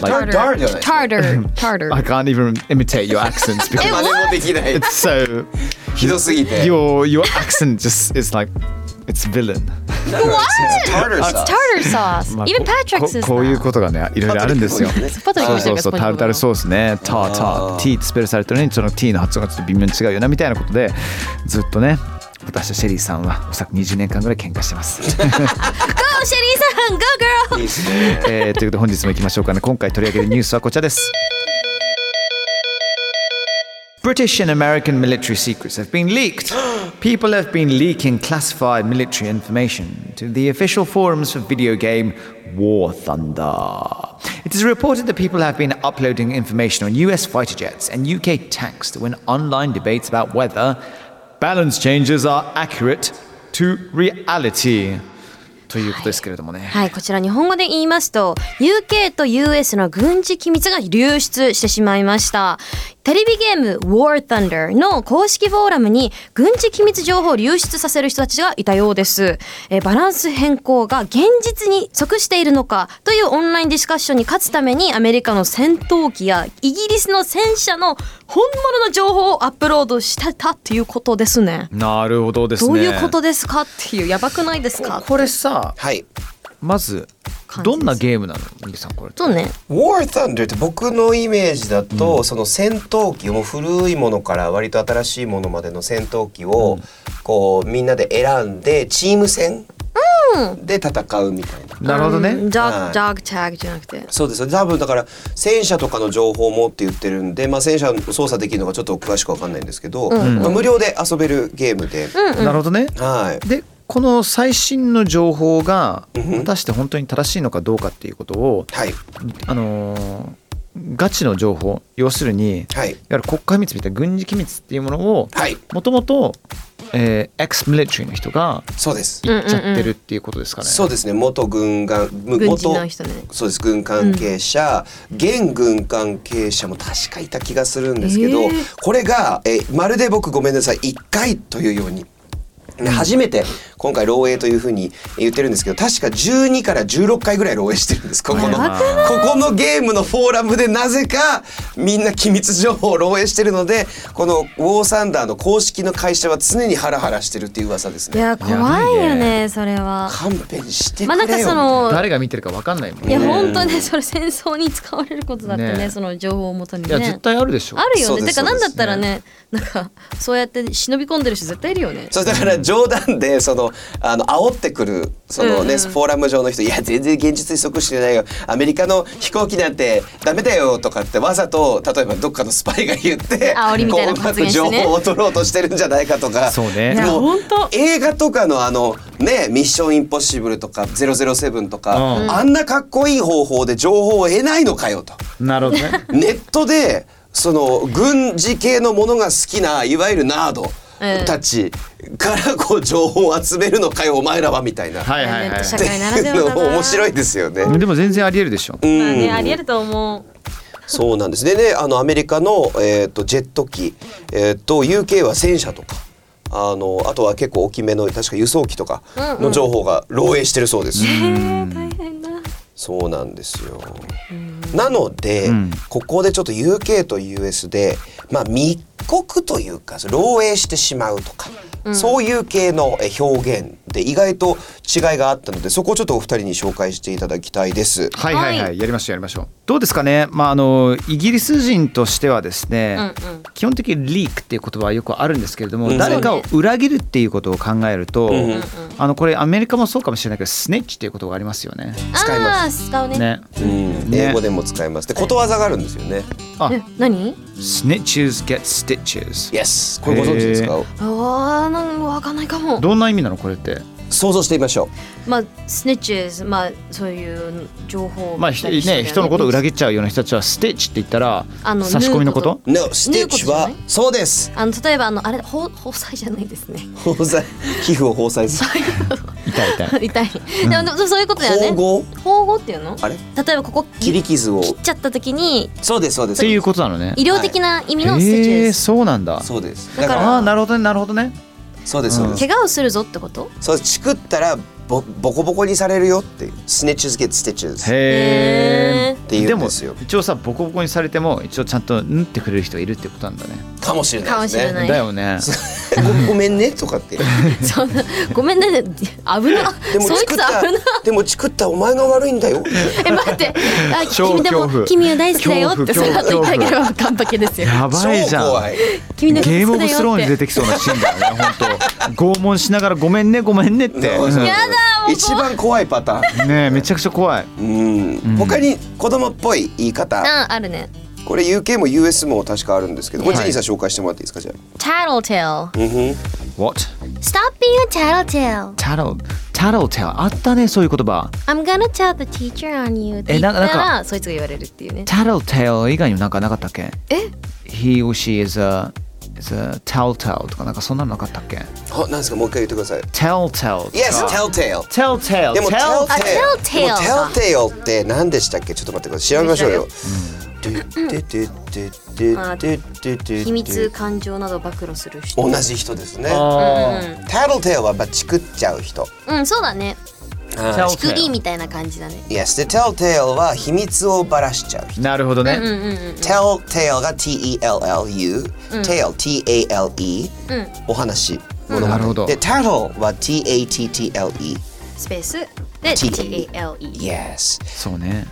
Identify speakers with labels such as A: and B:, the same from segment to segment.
A: Like,
B: Tartar じゃない。
C: Tartar. Tartar.
A: I can't even imitate your accents
B: 真
A: because
B: 似もできない。
A: it's so
B: ひどすぎて。
A: your your accent just is like it's villain.
B: タルタルソース。
C: Tartar sauce.
A: まあ
C: Even
A: こ
C: Patrick
A: こ
C: says
A: こういう
C: that.
A: ことがねいろいろあるんですよ。
C: パトリッ
A: そ
C: ク
A: うそうそうタルタルソースねターター T ってスペルされてるのにその T の発音がちょっと微妙に違うよなみたいなことでずっとね私とシェリーさんはおそらく20年間ぐらい喧嘩してます。
C: Go, シェリーさん Go, girl!
B: いいっすね。
A: えーということで本日も行きましょうかね今回取り上げるニュースはこちらです British and American military secrets have been leaked. People have been leaking classified military information to the official forums for video game War Thunder. It is reported that people have been uploading information on US fighter jets and UK tanks to win online debates about whether balance changes are accurate to reality. ということですけれどもね。
C: はい、こちら日本語で言いますと、UK と US の軍事機密が流出してしまいました。テレビゲーム War Thunder の公式フォーラムに軍事機密情報を流出させる人たちがいたようです。えーバランス変更が現実に即しているのかというオンラインディスカッションに勝つためにアメリカの戦闘機やイギリスの戦車の本物の情報をアップロードしてたっていうことですね。
A: なるほどですね。
C: どういうことですかっていう、やばくないですか
A: これさ、
B: はい。
A: まず
C: 感じで
A: ど
C: す
A: んなゲームなの、ミキさんこれ。
C: そうね。
B: War Thunder って僕のイメージだと、その戦闘機も古いものから割と新しいものまでの戦闘機を、こうみんなで選んでチーム戦で戦うみたいな。
A: なるほどね。
C: ド
B: は
C: ッ
B: い
C: グ、ドッグタグじゃなくて。
B: そうですよ多分だから戦車とかの情報もって言ってるんで、まあ、戦車の操作できるのがちょっと詳しくわかんないんですけど、まあ、無料で遊べるゲームで、
A: なるほどね。
B: はい
A: で、この最新の情報が果たして本当に正しいのかどうかっていうことを、
B: はい
A: あのーガチの情報、要するに、い
B: はい
A: わゆる国家機密みたいな軍事機密っていうものを、
B: はい
A: もともと、えー、ex military の人が
B: そうです、
A: 言っちゃってるっていうことですかね。
B: そうですね元軍がむ
C: 軍
B: 元
C: 人の人ね
B: そうです軍関係者、現軍関係者も確かいた気がするんですけど、
C: えー
B: これがえまるで僕ごめんなさい1回というようにで初めて今回漏洩というふうに言ってるんですけど確か12から16回ぐらい漏洩してるんですここのここのゲームのフォーラムでなぜかみんな機密情報を漏洩してるのでこのウォーサンダーの公式の会社は常にハラハラしてるっていう噂です
C: い
B: ね
C: や怖いよねそれは
B: 勘弁してく
C: まあ
B: れよ
C: なんかその
D: 誰が見てるかわかんないもん
C: いや
D: ね。
C: 本当ねそれ戦争に使われることだってね
D: ね
C: その情報をもとに
D: い
C: ね
D: や絶対あるでしょ。
C: あるよ
B: そう
C: ね
B: で
C: て
B: す
C: かなんだったら
D: そう
C: ねなんかそうやって忍び込んでる人絶対いるよね
B: そうだから冗談でそのあの煽ってくるそのね、フォーラム上の人「いや全然現実に即してないよアメリカの飛行機なんてダメだよ」とかってわざと例えばどっかのスパイが言って
C: 煽りみたいな
B: こううま
C: 発
B: く
C: 言して
B: 情
C: ね
B: 報を取ろうとしてるんじゃないかとか
A: そうねい
C: や
B: もう
C: ほんと
B: 映画とかのあのね「ミッションインポッシブル」とか「007」とか、
A: うん
B: あんなかっこいい方法で情報を得ないのかよと。
A: なるほどね。
B: ネットでその軍事系のものが好きないわゆるナードたちからこう情報を集めるのかよお前らはみたいな。
A: はいはい
C: ネッ
A: は
C: ト社
A: い。
C: 会な
B: っ
C: ら
B: て
C: で
B: いう
C: はだ
B: のも
C: な
B: 面白いですよね。
A: でも全然あり得るでしょ。
B: う
C: まあね
B: ん
C: ありえると思う
B: そうなんですでねあのアメリカの、えー、とジェット機、えー、と UK は戦車とかあのあとは結構大きめの確か輸送機とかの情報が漏洩してるそうです。そうなんですよなので、ここでちょっと UK と US で、まあ、密告というかその漏洩してしまうとか、そういう系のえ表現で意外と違いがあったのでそこをちょっとお二人に紹介していただきたいです。
A: はいはい
C: は
A: はい、やりましょうやりましょう。どうですかね、まあ、あのイギリス人としてはですね、基本的にリークっていう言葉はよくあるんですけれども、
B: うん
A: 誰かを裏切るっていうことを考えると、
B: んうん
A: あのこれアメリカもそうかもしれないけどスネッチっていう言葉ありますよね。
B: 使います
C: あー使うね
A: ね、
B: うん、
A: ね
B: 英語でも使います。で、ことわざがあるんですよね。
A: あ
C: え何
A: snitches get stitches。
B: Yes。これご存知です
A: へ
B: か。
C: あーなんかわかんないかも
A: どんな意味なのこれって、
B: 想像してみましょ
C: まあスネッチェズまあそういう情報
A: まあひね、人のことを裏切っちゃうような人たちはステッチって言ったら
C: あの
A: 差し込みのこと
B: う。No
C: 縫うこと
B: stitch
C: じゃない
B: はそうです。
C: あの例えばあのあれほ包裁じゃないですね
B: 包材皮膚を包材する。
A: 痛い痛 い。
C: 痛いでもでもそういうことだよね
B: 縫合
C: 縫合っていうの
B: あれ
C: 例えばここ
B: 切り傷を。
C: 切っちゃった時に
B: そうですそうで
A: っ
B: す。
A: ていうことなのね。
C: 医療的な意味のステッチ
A: え
C: で
A: ー、
C: す、
A: そうなんだ。
B: そうです。
C: だ
B: だ
C: か
B: からら
A: ああなるほどねなるほどね。
B: そうですそうです。
C: 怪我をするぞってこと
B: そうチクったらボボコボコにされるよっていう。snitches get stitches っ
A: へえ。
B: ていうんですよ
A: も。一応さボコボコにされても一応ちゃんと縫ってくれる人がいるってことなんだね。
B: かもしれないです
C: かもしれな
B: ね。
C: い
A: だよね。
B: ごごめんねとかって。
C: そんなごめんね危な
B: でも
C: そい
B: チクっ
C: つ危
B: た
C: な。
B: でもチクったお前が悪いんだよ。
C: え待ってあ
A: 超
C: 君で
A: 恐
C: も
A: 怖
C: 君は大好きだよってそ
A: 恐
C: の
A: 怖
C: 後言ってあげれば 完璧ですよ
A: や
B: 超
A: ばいじゃん。
B: 怖い。
C: 君の
A: ゲームオブスローンに出
C: て
A: てきそうなシーンだよね本当。拷問しながらごめんねごめんねって。
B: やだ一番怖いパターン。
A: ねえめちゃくちゃ怖い。
B: うん、他に子供っぽい言い方、
C: ああるね
B: これ UK も US も確かあるんですけど、これジ
A: は
B: ェ
A: い
B: ニーさん紹介してもらっていいですかじゃあ。
C: Tattletale
A: What?
C: Stop being a tattletale
A: タロタロテあったねそういう言葉。
C: I'm gonna tell the teacher on you って言
A: え
C: った
A: なんから
C: そいつが言われるっていうね
A: Tattletale 以外にもなんかなかったっけ
C: え
A: ?He or she is a, is a telltale とかなんかそんなのなかったっけ
B: あ、なんですかもう一回言ってください。
A: ?Telltale とか。
B: Yes, telltale。
A: Telltale
B: でも
A: tell-
B: telltale。で
C: telltale
B: も telltale って何でしたっけ？ちょっと待ってください。調べましょうよ。ででででででで
C: 秘密感情などを暴露する人
B: 同じ人ですね。
A: あー
B: telltale はまあチクっちゃう人。
C: うんそうだね
A: Telltale
C: クリーみたいな感じだね
B: Yes, the telltale は秘密をばらしちゃう人。
A: なるほどね。
B: telltale が T-E-L-L-U、tale T-A-L-E、お話物語
A: なるほど
B: で tattle は T-A-T-T-L-E
C: スペースで
B: T
C: TALE
B: Yes
A: そうね。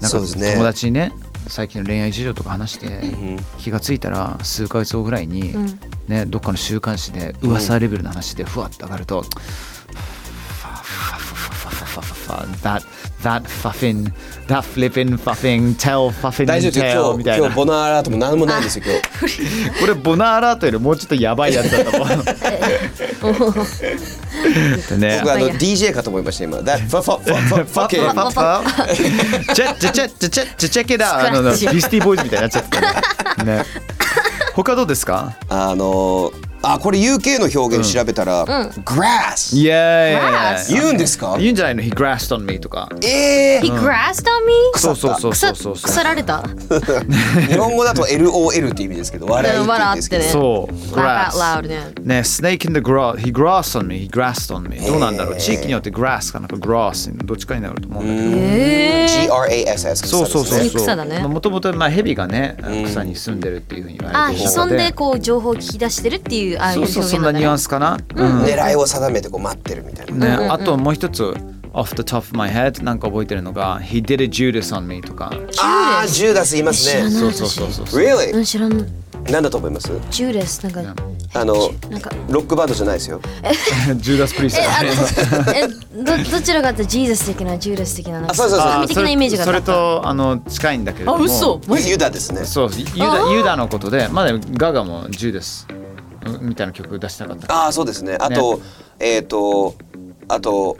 A: なん
B: そ
A: か
B: うですね
A: 友達にね、最近の恋愛事情とか話して、気がついたら数ヶ月後ぐらいに、ね、どっかの週刊誌で噂レベルの話でふわっと上がると、ファファファファファファファ that that fuffin that flippin fuffing tell fuffin
B: 大丈夫です
A: tell
B: よ
A: み
B: 今日
A: たい
B: 今
A: な。
B: 日
A: こ
B: ボナーアラートも何もないんですよ今日
A: れボナーアラートよりもうちょっとやばいやつだと 思う。 ね
B: 僕あの DJ かと思いました今 That fuck fuck fuck fuck fuck it
A: チェッチェッチェッチェッチェッチェッチェッケだあの ビスティーボーイズみたいになっちゃったねね他どうですか
B: あのーあこれ UK の表現調べたら、grass
A: Yeah. yeah, yeah.
B: 言うんですか
A: 言うんじゃないの He grassed on me とか。
B: え
C: He grassed on me?
A: そうそうそうそ
C: 腐
A: うそう。
C: 腐られた
B: ー、日本語だと LOL って意味ですけど笑いって意味ですけど、
C: 笑ってね
A: そう。
C: Laugh out
A: grass
C: loud ね
A: ね、snake in the grass, he grassed on me, he grassed on me. どうなんだろう地域によって grass かなんか grass にどっちかになると思うんだけど。
C: え
B: GRASS
A: そうそうそう
C: そういう
A: そう。
C: 草だね
A: もともとまあ蛇がね、草に住んでるっていうふうに言
C: あ
A: われてる
C: 潜んでこう情報を聞き出してるっていうああいう
A: そうそ
C: 表
A: う
C: 現
A: そん
C: な
A: なん
C: だ
A: ニュアンスかな。うん。ね、
B: 狙いを定めてこう待ってるみたいな、
A: あともう一つ off the top of my head なんか覚えてるのが he did a Judas on me とか。
B: ああジューダス言いますね
A: そうそうそうそう。
C: う
B: Really?
C: ん知らん
B: 何だと思います
C: ジューレスなんか
B: あの
C: なんか
B: ロックバンドじゃないですよ
A: ジューダスプリースト。
C: あのえどどちらかってジーザス的なジューレス的ななんか
B: あそうそうそう
C: 神的なイメージが
A: それとあの近いんだけれども。
B: ユダですね
A: そうユダユダのことでまだガガも10ですみたいな曲出してなかった
B: ああそうですねあとえっ、とあと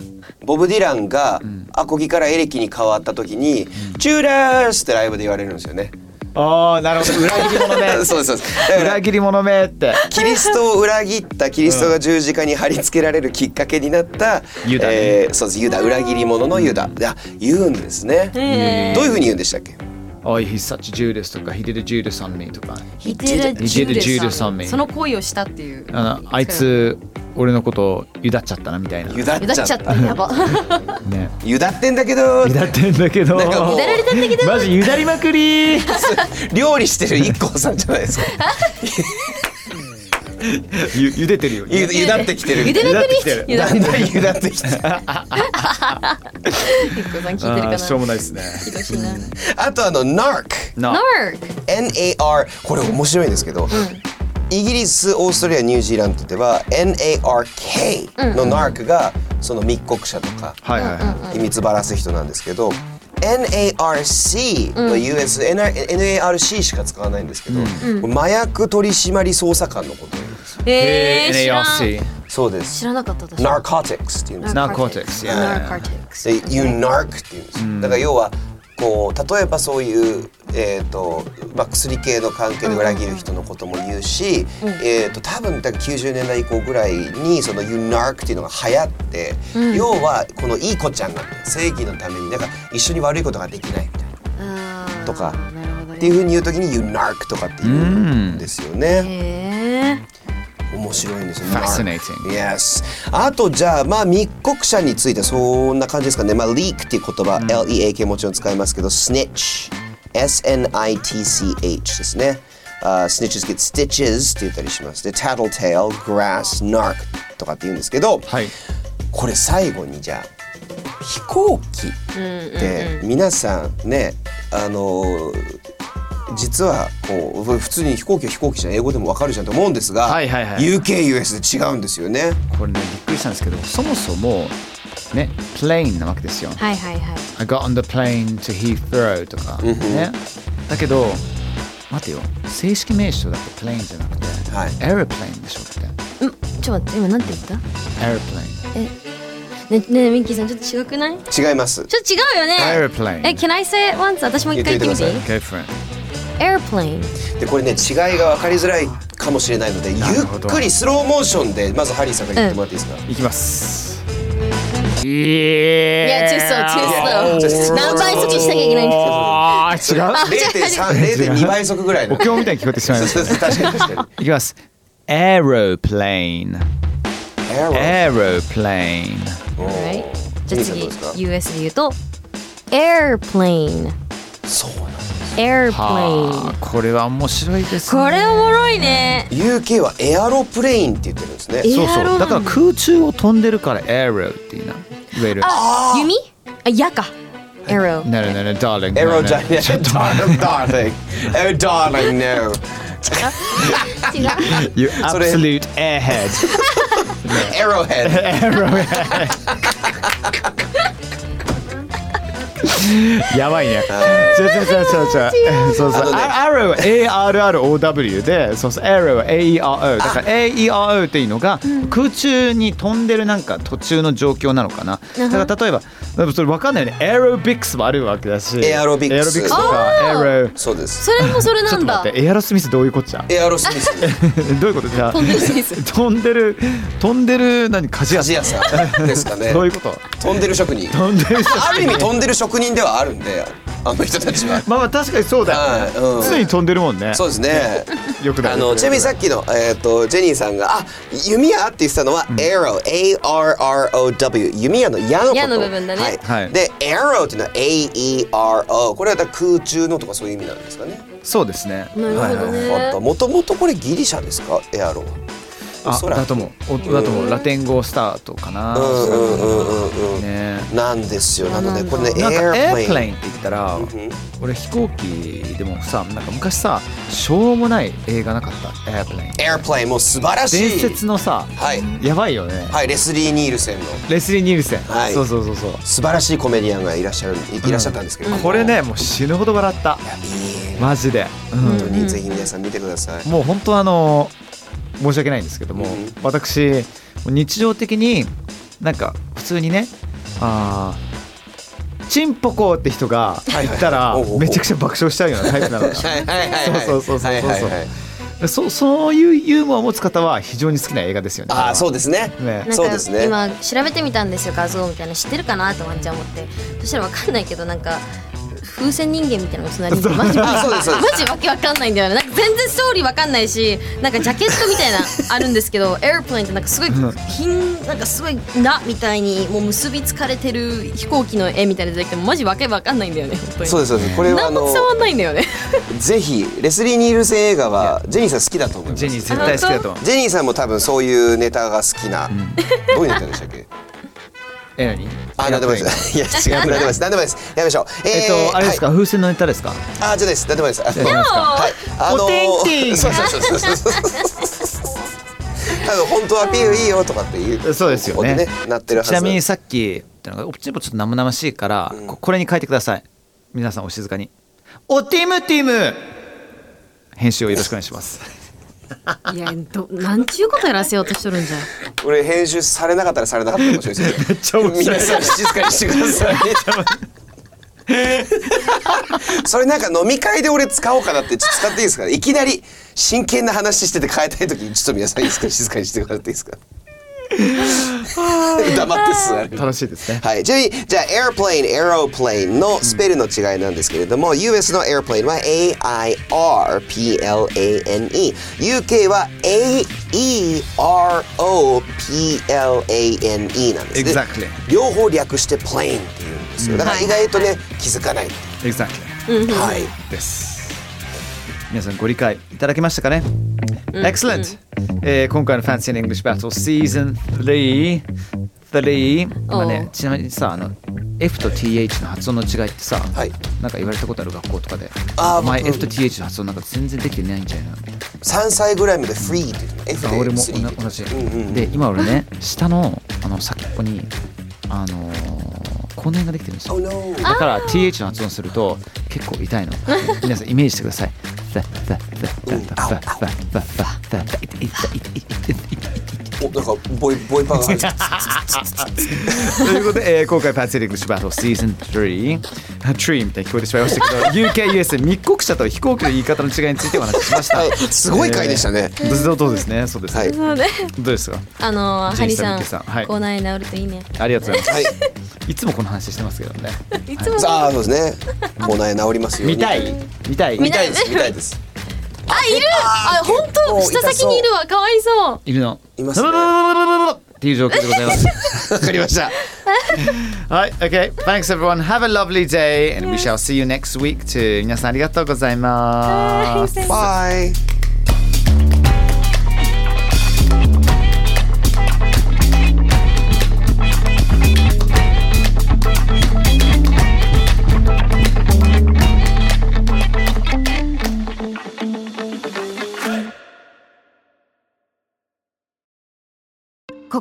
B: ボブ・ディランがアコギからエレキに変わった時に「チューラース!」ってライブで言われるんですよね。
A: ああなるほど裏切り者
B: そうですそうですだから
A: 裏切り者めって
B: キリストを裏切ったキリストが十字架に貼り付けられるきっかけになった
A: ユダね
B: えーそうですユダ裏切り者のユダあ言うんですね。どういうふうに言うんでしたっけ
A: Oh he's such Judas とか He did a Judas on me とか
C: He did a
A: He did a Judas
C: Judas
A: on me
C: その行為をしたっていう
A: あのあいつ俺のことをゆだっちゃったなみたいな
B: ユダっ
C: ゆだっ
B: ち
C: ち
B: ゃ
C: ゃ
B: っ
C: ったたやば
A: ね
B: ユダってんだけど
A: ゆだってんだけど
B: なんかもうゆだられ
C: たんだけど
A: マ ジゆだりまくり
B: 料理してる IKKO さんじゃないですか。
A: ゆゆでてるよ
B: ゆゆだってきてる
C: ゆ
B: みた
C: で
B: いな。
C: まくり
A: ゆだってきてる
C: ゆだ
B: だ
C: って
B: んだんゆだってきてる。
C: ゆっこさん聞いてるか
A: あ
C: な
A: ーしょうもないですね
C: 聞いてるかな
B: あとあの NARC。
A: な
C: Narc
B: NAR これ面白いんですけど、イギリスオーストラリアニュージーランドでは NARK の NARC がその密告者とか
A: はいはいはい
B: 秘密ばらす人なんですけど NARC の US、NARC しか使わないんですけど、これ麻薬取締捜査官のことを言うんですよ
C: えー知らん
A: NARC
B: そうです
C: 知らなかった私
B: Narcotics っていうんです
A: Narcotics yeah
C: Narcotics
B: で You narc っていうんですよ、だから要はこう例えばそういう、えーとまあ、薬系の関係で裏切る人のことも言うし、えー、と多分だから90年代以降ぐらいにその You narc っていうのが流行って、要はこのいい子ちゃんが正義のためになんか一緒に悪いことができないみたいな。
C: あー
B: とか
C: なるほど
B: って
C: ね
B: いうふうに言うときに You narc とかって言うんですよね。
C: え
B: 面白いんですよ。
A: Fascinating
B: Yes。あとじゃあまあ密告者についてそんな感じですかね。まあ leak っていう言葉、L-E-A-K もちろん使いますけど、snitch、S-N-I-T-C-H ですね。あ snitches get stitches って言ったりします。で、tattletale、grass、narc とかって言うんですけど、
A: はい
B: これ最後にじゃあ飛行機って皆さんねあの実はこう普通に飛行機は飛行機じゃん英語でもわかるじゃんと思うんですが、
A: はいはいはい
B: UKUS で違うんですよね。
A: これねびっくりしたんですけどそもそもねプレインなわけですよ
C: ーはいはいはい
A: I got on the plane to Heathrow とかねだけど待てよ正式名称だってプレインじゃなくて、
B: はい
A: airplane でしょだって
C: うんちょっと待って今なんて言った
A: airplane
C: ねねえミッキーさんちょっと違くない
B: 違います。
C: ちょっと違うよね
A: Airplane
C: え Can I say it once 私も一回言ってみていい
B: 言
A: Go for it
C: Airplane
B: でこれね違いが分かりづらいかもしれないのでゆ
A: るほ
B: っ
A: ど
B: くりスローモーションでまずハリーさんから言ってもらっていいですか、
A: いきます
C: い
A: Yeah
C: や too slow too
B: ちょっ
C: slow
B: と
C: 何倍速しなきゃいけないんですか
A: あー違う
B: 0.3、0.2倍速ぐらいの。
A: お経みたいに聞こえてしまいまし
B: そうそう確かに確か
A: たいきます aeroplane
B: に。エアロ
A: aeroplane
C: Right じゃ
B: ミ
C: あ次
B: ッキーさんどうですか
C: US で言うと Airplane
B: そうなんで
A: あ
B: す。
C: Airplane
A: ーこれは面白いですね
C: これおもろいね
B: UK はエアロプレインって言ってるんですね。
A: そう
C: エアロ
A: そう
C: な
A: んだ
C: だ
A: から空中を飛んでるからエロっていうな。いわゆる。
C: 弓あ矢か Arrow
A: なるなる、ダーリン。
B: エロじゃ
A: ね
B: ね
A: えね
B: え。ダーリン。エロダーリン、no。
C: 違う
A: え You
B: それ
A: absolute airhead.
B: エ ロヘッ
E: やばいね。そうそうそうそうそう。そうそう。あ arrow A R R O W で、そうそう。arrow A E R O だから A E R O っていうのが空中に飛んでるなんか途中の状況なのかな。だから例えば、でもそれわかんないよね。aerobics もあるわけだし。
B: エアロビクス
E: エアロビクスとか arrow。
B: そうです
C: それもそれ
E: ちょ
C: な
E: っと
C: んだ
E: 待って。エアロスミスどういうこっちゃ。
B: エアロスミス
E: どういうことじゃあ。
C: 飛んでるスミス
E: 飛んでる飛んでる何鍛冶屋
B: 鍛冶
E: さ
B: 屋さんですかね
E: ん。どういうこと。
B: 飛んでる職人
E: 飛んでる人。
B: ある意味飛んでる職人ではあるんであの人 たちは
E: まあまあ確かにそうだよね。
B: はいうん
E: 常に飛んでるもんね。
B: そうです ね
E: よくない
B: あのちなみにさっきの、えー、とジェニーさんが「あ弓矢」って言ってたのは「arrow」「A-R-R-O-W」弓矢の矢のこと
C: 矢の部分だね
B: はい
E: はい
B: で「arrow」っていうのは「A-E-R-O」これはだから空中のとかそういう意味なんですかね
A: そうですね。
C: なるほどね、
B: もともとこれギリシャですかエアロはお
A: あ
B: そらく
A: だと思う。おだと思う。ラテン語スタートかな。
B: うんうんうんうんうん
A: ね。
B: なんですよなのでこれね
A: なんかエアプレイ
B: airplane
A: ンって言ったら、俺飛行機でもさ、なんか昔さ、しょうもない映画なかった。エアプレイン。
B: airplane もう素晴らしい
A: 伝説のさ、
B: はい
A: やばいよね。
B: はいレスリー・ニールセンの
A: レスリー・ニールセン。
B: はい
A: そうそうそうそう。
B: 素晴らしいコメディアンがいらっしゃるいらっしゃったんですけど、
A: これね、もう死ぬほど笑った。マジで。うん
B: 本当にぜひ皆さん見てください、
A: もう本当あの申し訳ないんですけども、
B: うん
A: 私日常的になんか普通にねあーチンポコって人が言ったら
B: はいはいおうおうおう
A: めちゃくちゃ爆笑しちゃうようなタイプなの
B: は
A: か
B: いはいはいはい
A: そうそうそうそうそう
B: はいはいはい
A: なそそういうユーモアを持つ方は非常に好きな映画ですよね。
B: ああそうですね
A: ね
C: なん
B: そうです
C: か
B: ね
C: 今調べてみたんですよ画像みたいな知ってるかなとワンちゃん思ってそしたらわかんないけどなんか風船人間みたいなのが隣にいてマジ
B: あそうですそうで
C: マジわけわかんないんだよねなんか全然ストーリーわかんないしなんかジャケットみたいなあるんです けどエアプレインってなんかすごい金なんかすごいなみたいにもう結びつかれてる飛行機の絵みたいなの出てきてもマジわけわかんないんだよね本当に
B: そうですそうですこれはあ
C: 何も
B: の
C: 伝わんないんだよね
B: ぜひレスリー・ニールセン映画はジェニーさん好きだと思います
A: ジェニー絶対好きだと思う。
B: ジェニーさんも多分そういうネタが好きな、どういうネタでしたっけ
A: え何？
B: あ、なんでもない です。いや、違う、なんでもないです。なんでもないです。やめましょう。えー
A: えっとあれですか、風船のネタですか？
B: はい、あ、じゃないです。なんでもないです。はい、あのー
A: お天気
B: そうそうそうそうそう。多分本当はピューいいよとかっていう。
A: そうですよ
B: こ
A: ね
B: こでなってるはず。
A: ちなみにさっき言ったのがおちぼちょっと生々しいから、ここれに書いてください皆さんお静かにおティムティム編集をよろしくお願いします
C: いやどなんちゅうことやらせようとしとるんじ ゃん
B: 俺編集されなかったらされなかったかもしれないです。 めっちゃ面白い。皆さん静かにしてください。それなんか飲み会で俺使おうかなってちょっと使っていいですかねいきなり真剣な話してて変えたい時にちょっと皆さんいいですか静かにしてもらっていいです か黙って座る
A: 楽しいですね
B: はい、ちなみにじゃあ airplane、aeroplane のスペルの違いなんですけれども、US の airplane は A-I-R-P-L-A-N-E、UK は A-E-R-O-P-L-A-N-E なんです、ね。
A: Exactly
B: 両方略して plane って言うんですよ。だから意外とね、気づかない。
A: Exactly
B: はい。
A: です皆さんご理解いただけましたかね Excellent、えー今回の Fancy and English Battle Season 3 3今
C: お
A: ね
C: う
A: ちなみにさあの F と TH の発音の違いってさ、
B: はい
A: なんか言われたことある学校とかで
B: あー
A: お前
B: 僕
A: F と TH の発音なんか全然できてないんじゃないの
B: 3歳ぐらいまで free って言ってた F
A: あ
B: で
A: 俺も
B: 3って言ってた
A: 同じ、
B: うんうん
A: で今俺ね下のあの先っぽにあのー、口内ができてるんです
B: Oh
A: よ
B: no
A: だから TH の発音すると結構痛いの皆さんイメージしてください痛い痛い痛い痛い痛い痛い痛い痛い痛い痛い痛い痛い
B: おなんかボイボイパが入って た
A: ということで、えー今回パンセリングシュバトルシーズン3 3みたいに聞こえてしまいました けど UKUS 密告者と飛行機の言い方の違いについてお話ししました、
B: はいすごい回でしたね
A: えーどうどうですねそうですね、
B: はい
C: そうね
A: どうですか
C: あのー、
A: ジ
C: ハ
A: ェ
C: リ
A: イさん
C: さん
A: ミケさんはい
C: 口内治るといいね
A: ありがとうございます、
B: はい
A: いつもこの話してますけどね。
C: いつも
B: さあそうですねコーナーへ治りますように
A: 見たい見たい
B: 見たいです見たいです
C: あいるあ本当
B: 結構
C: 下先にいるわかわいそう
A: いるの。
B: いますね
A: ブルブルブルブルブルブルっていう状況でございます。
B: わかりました
A: はい、OK。Thanks everyone. Have a lovely day and we shall see you next week too. 皆さんありがとうございます。
B: バイ
F: こ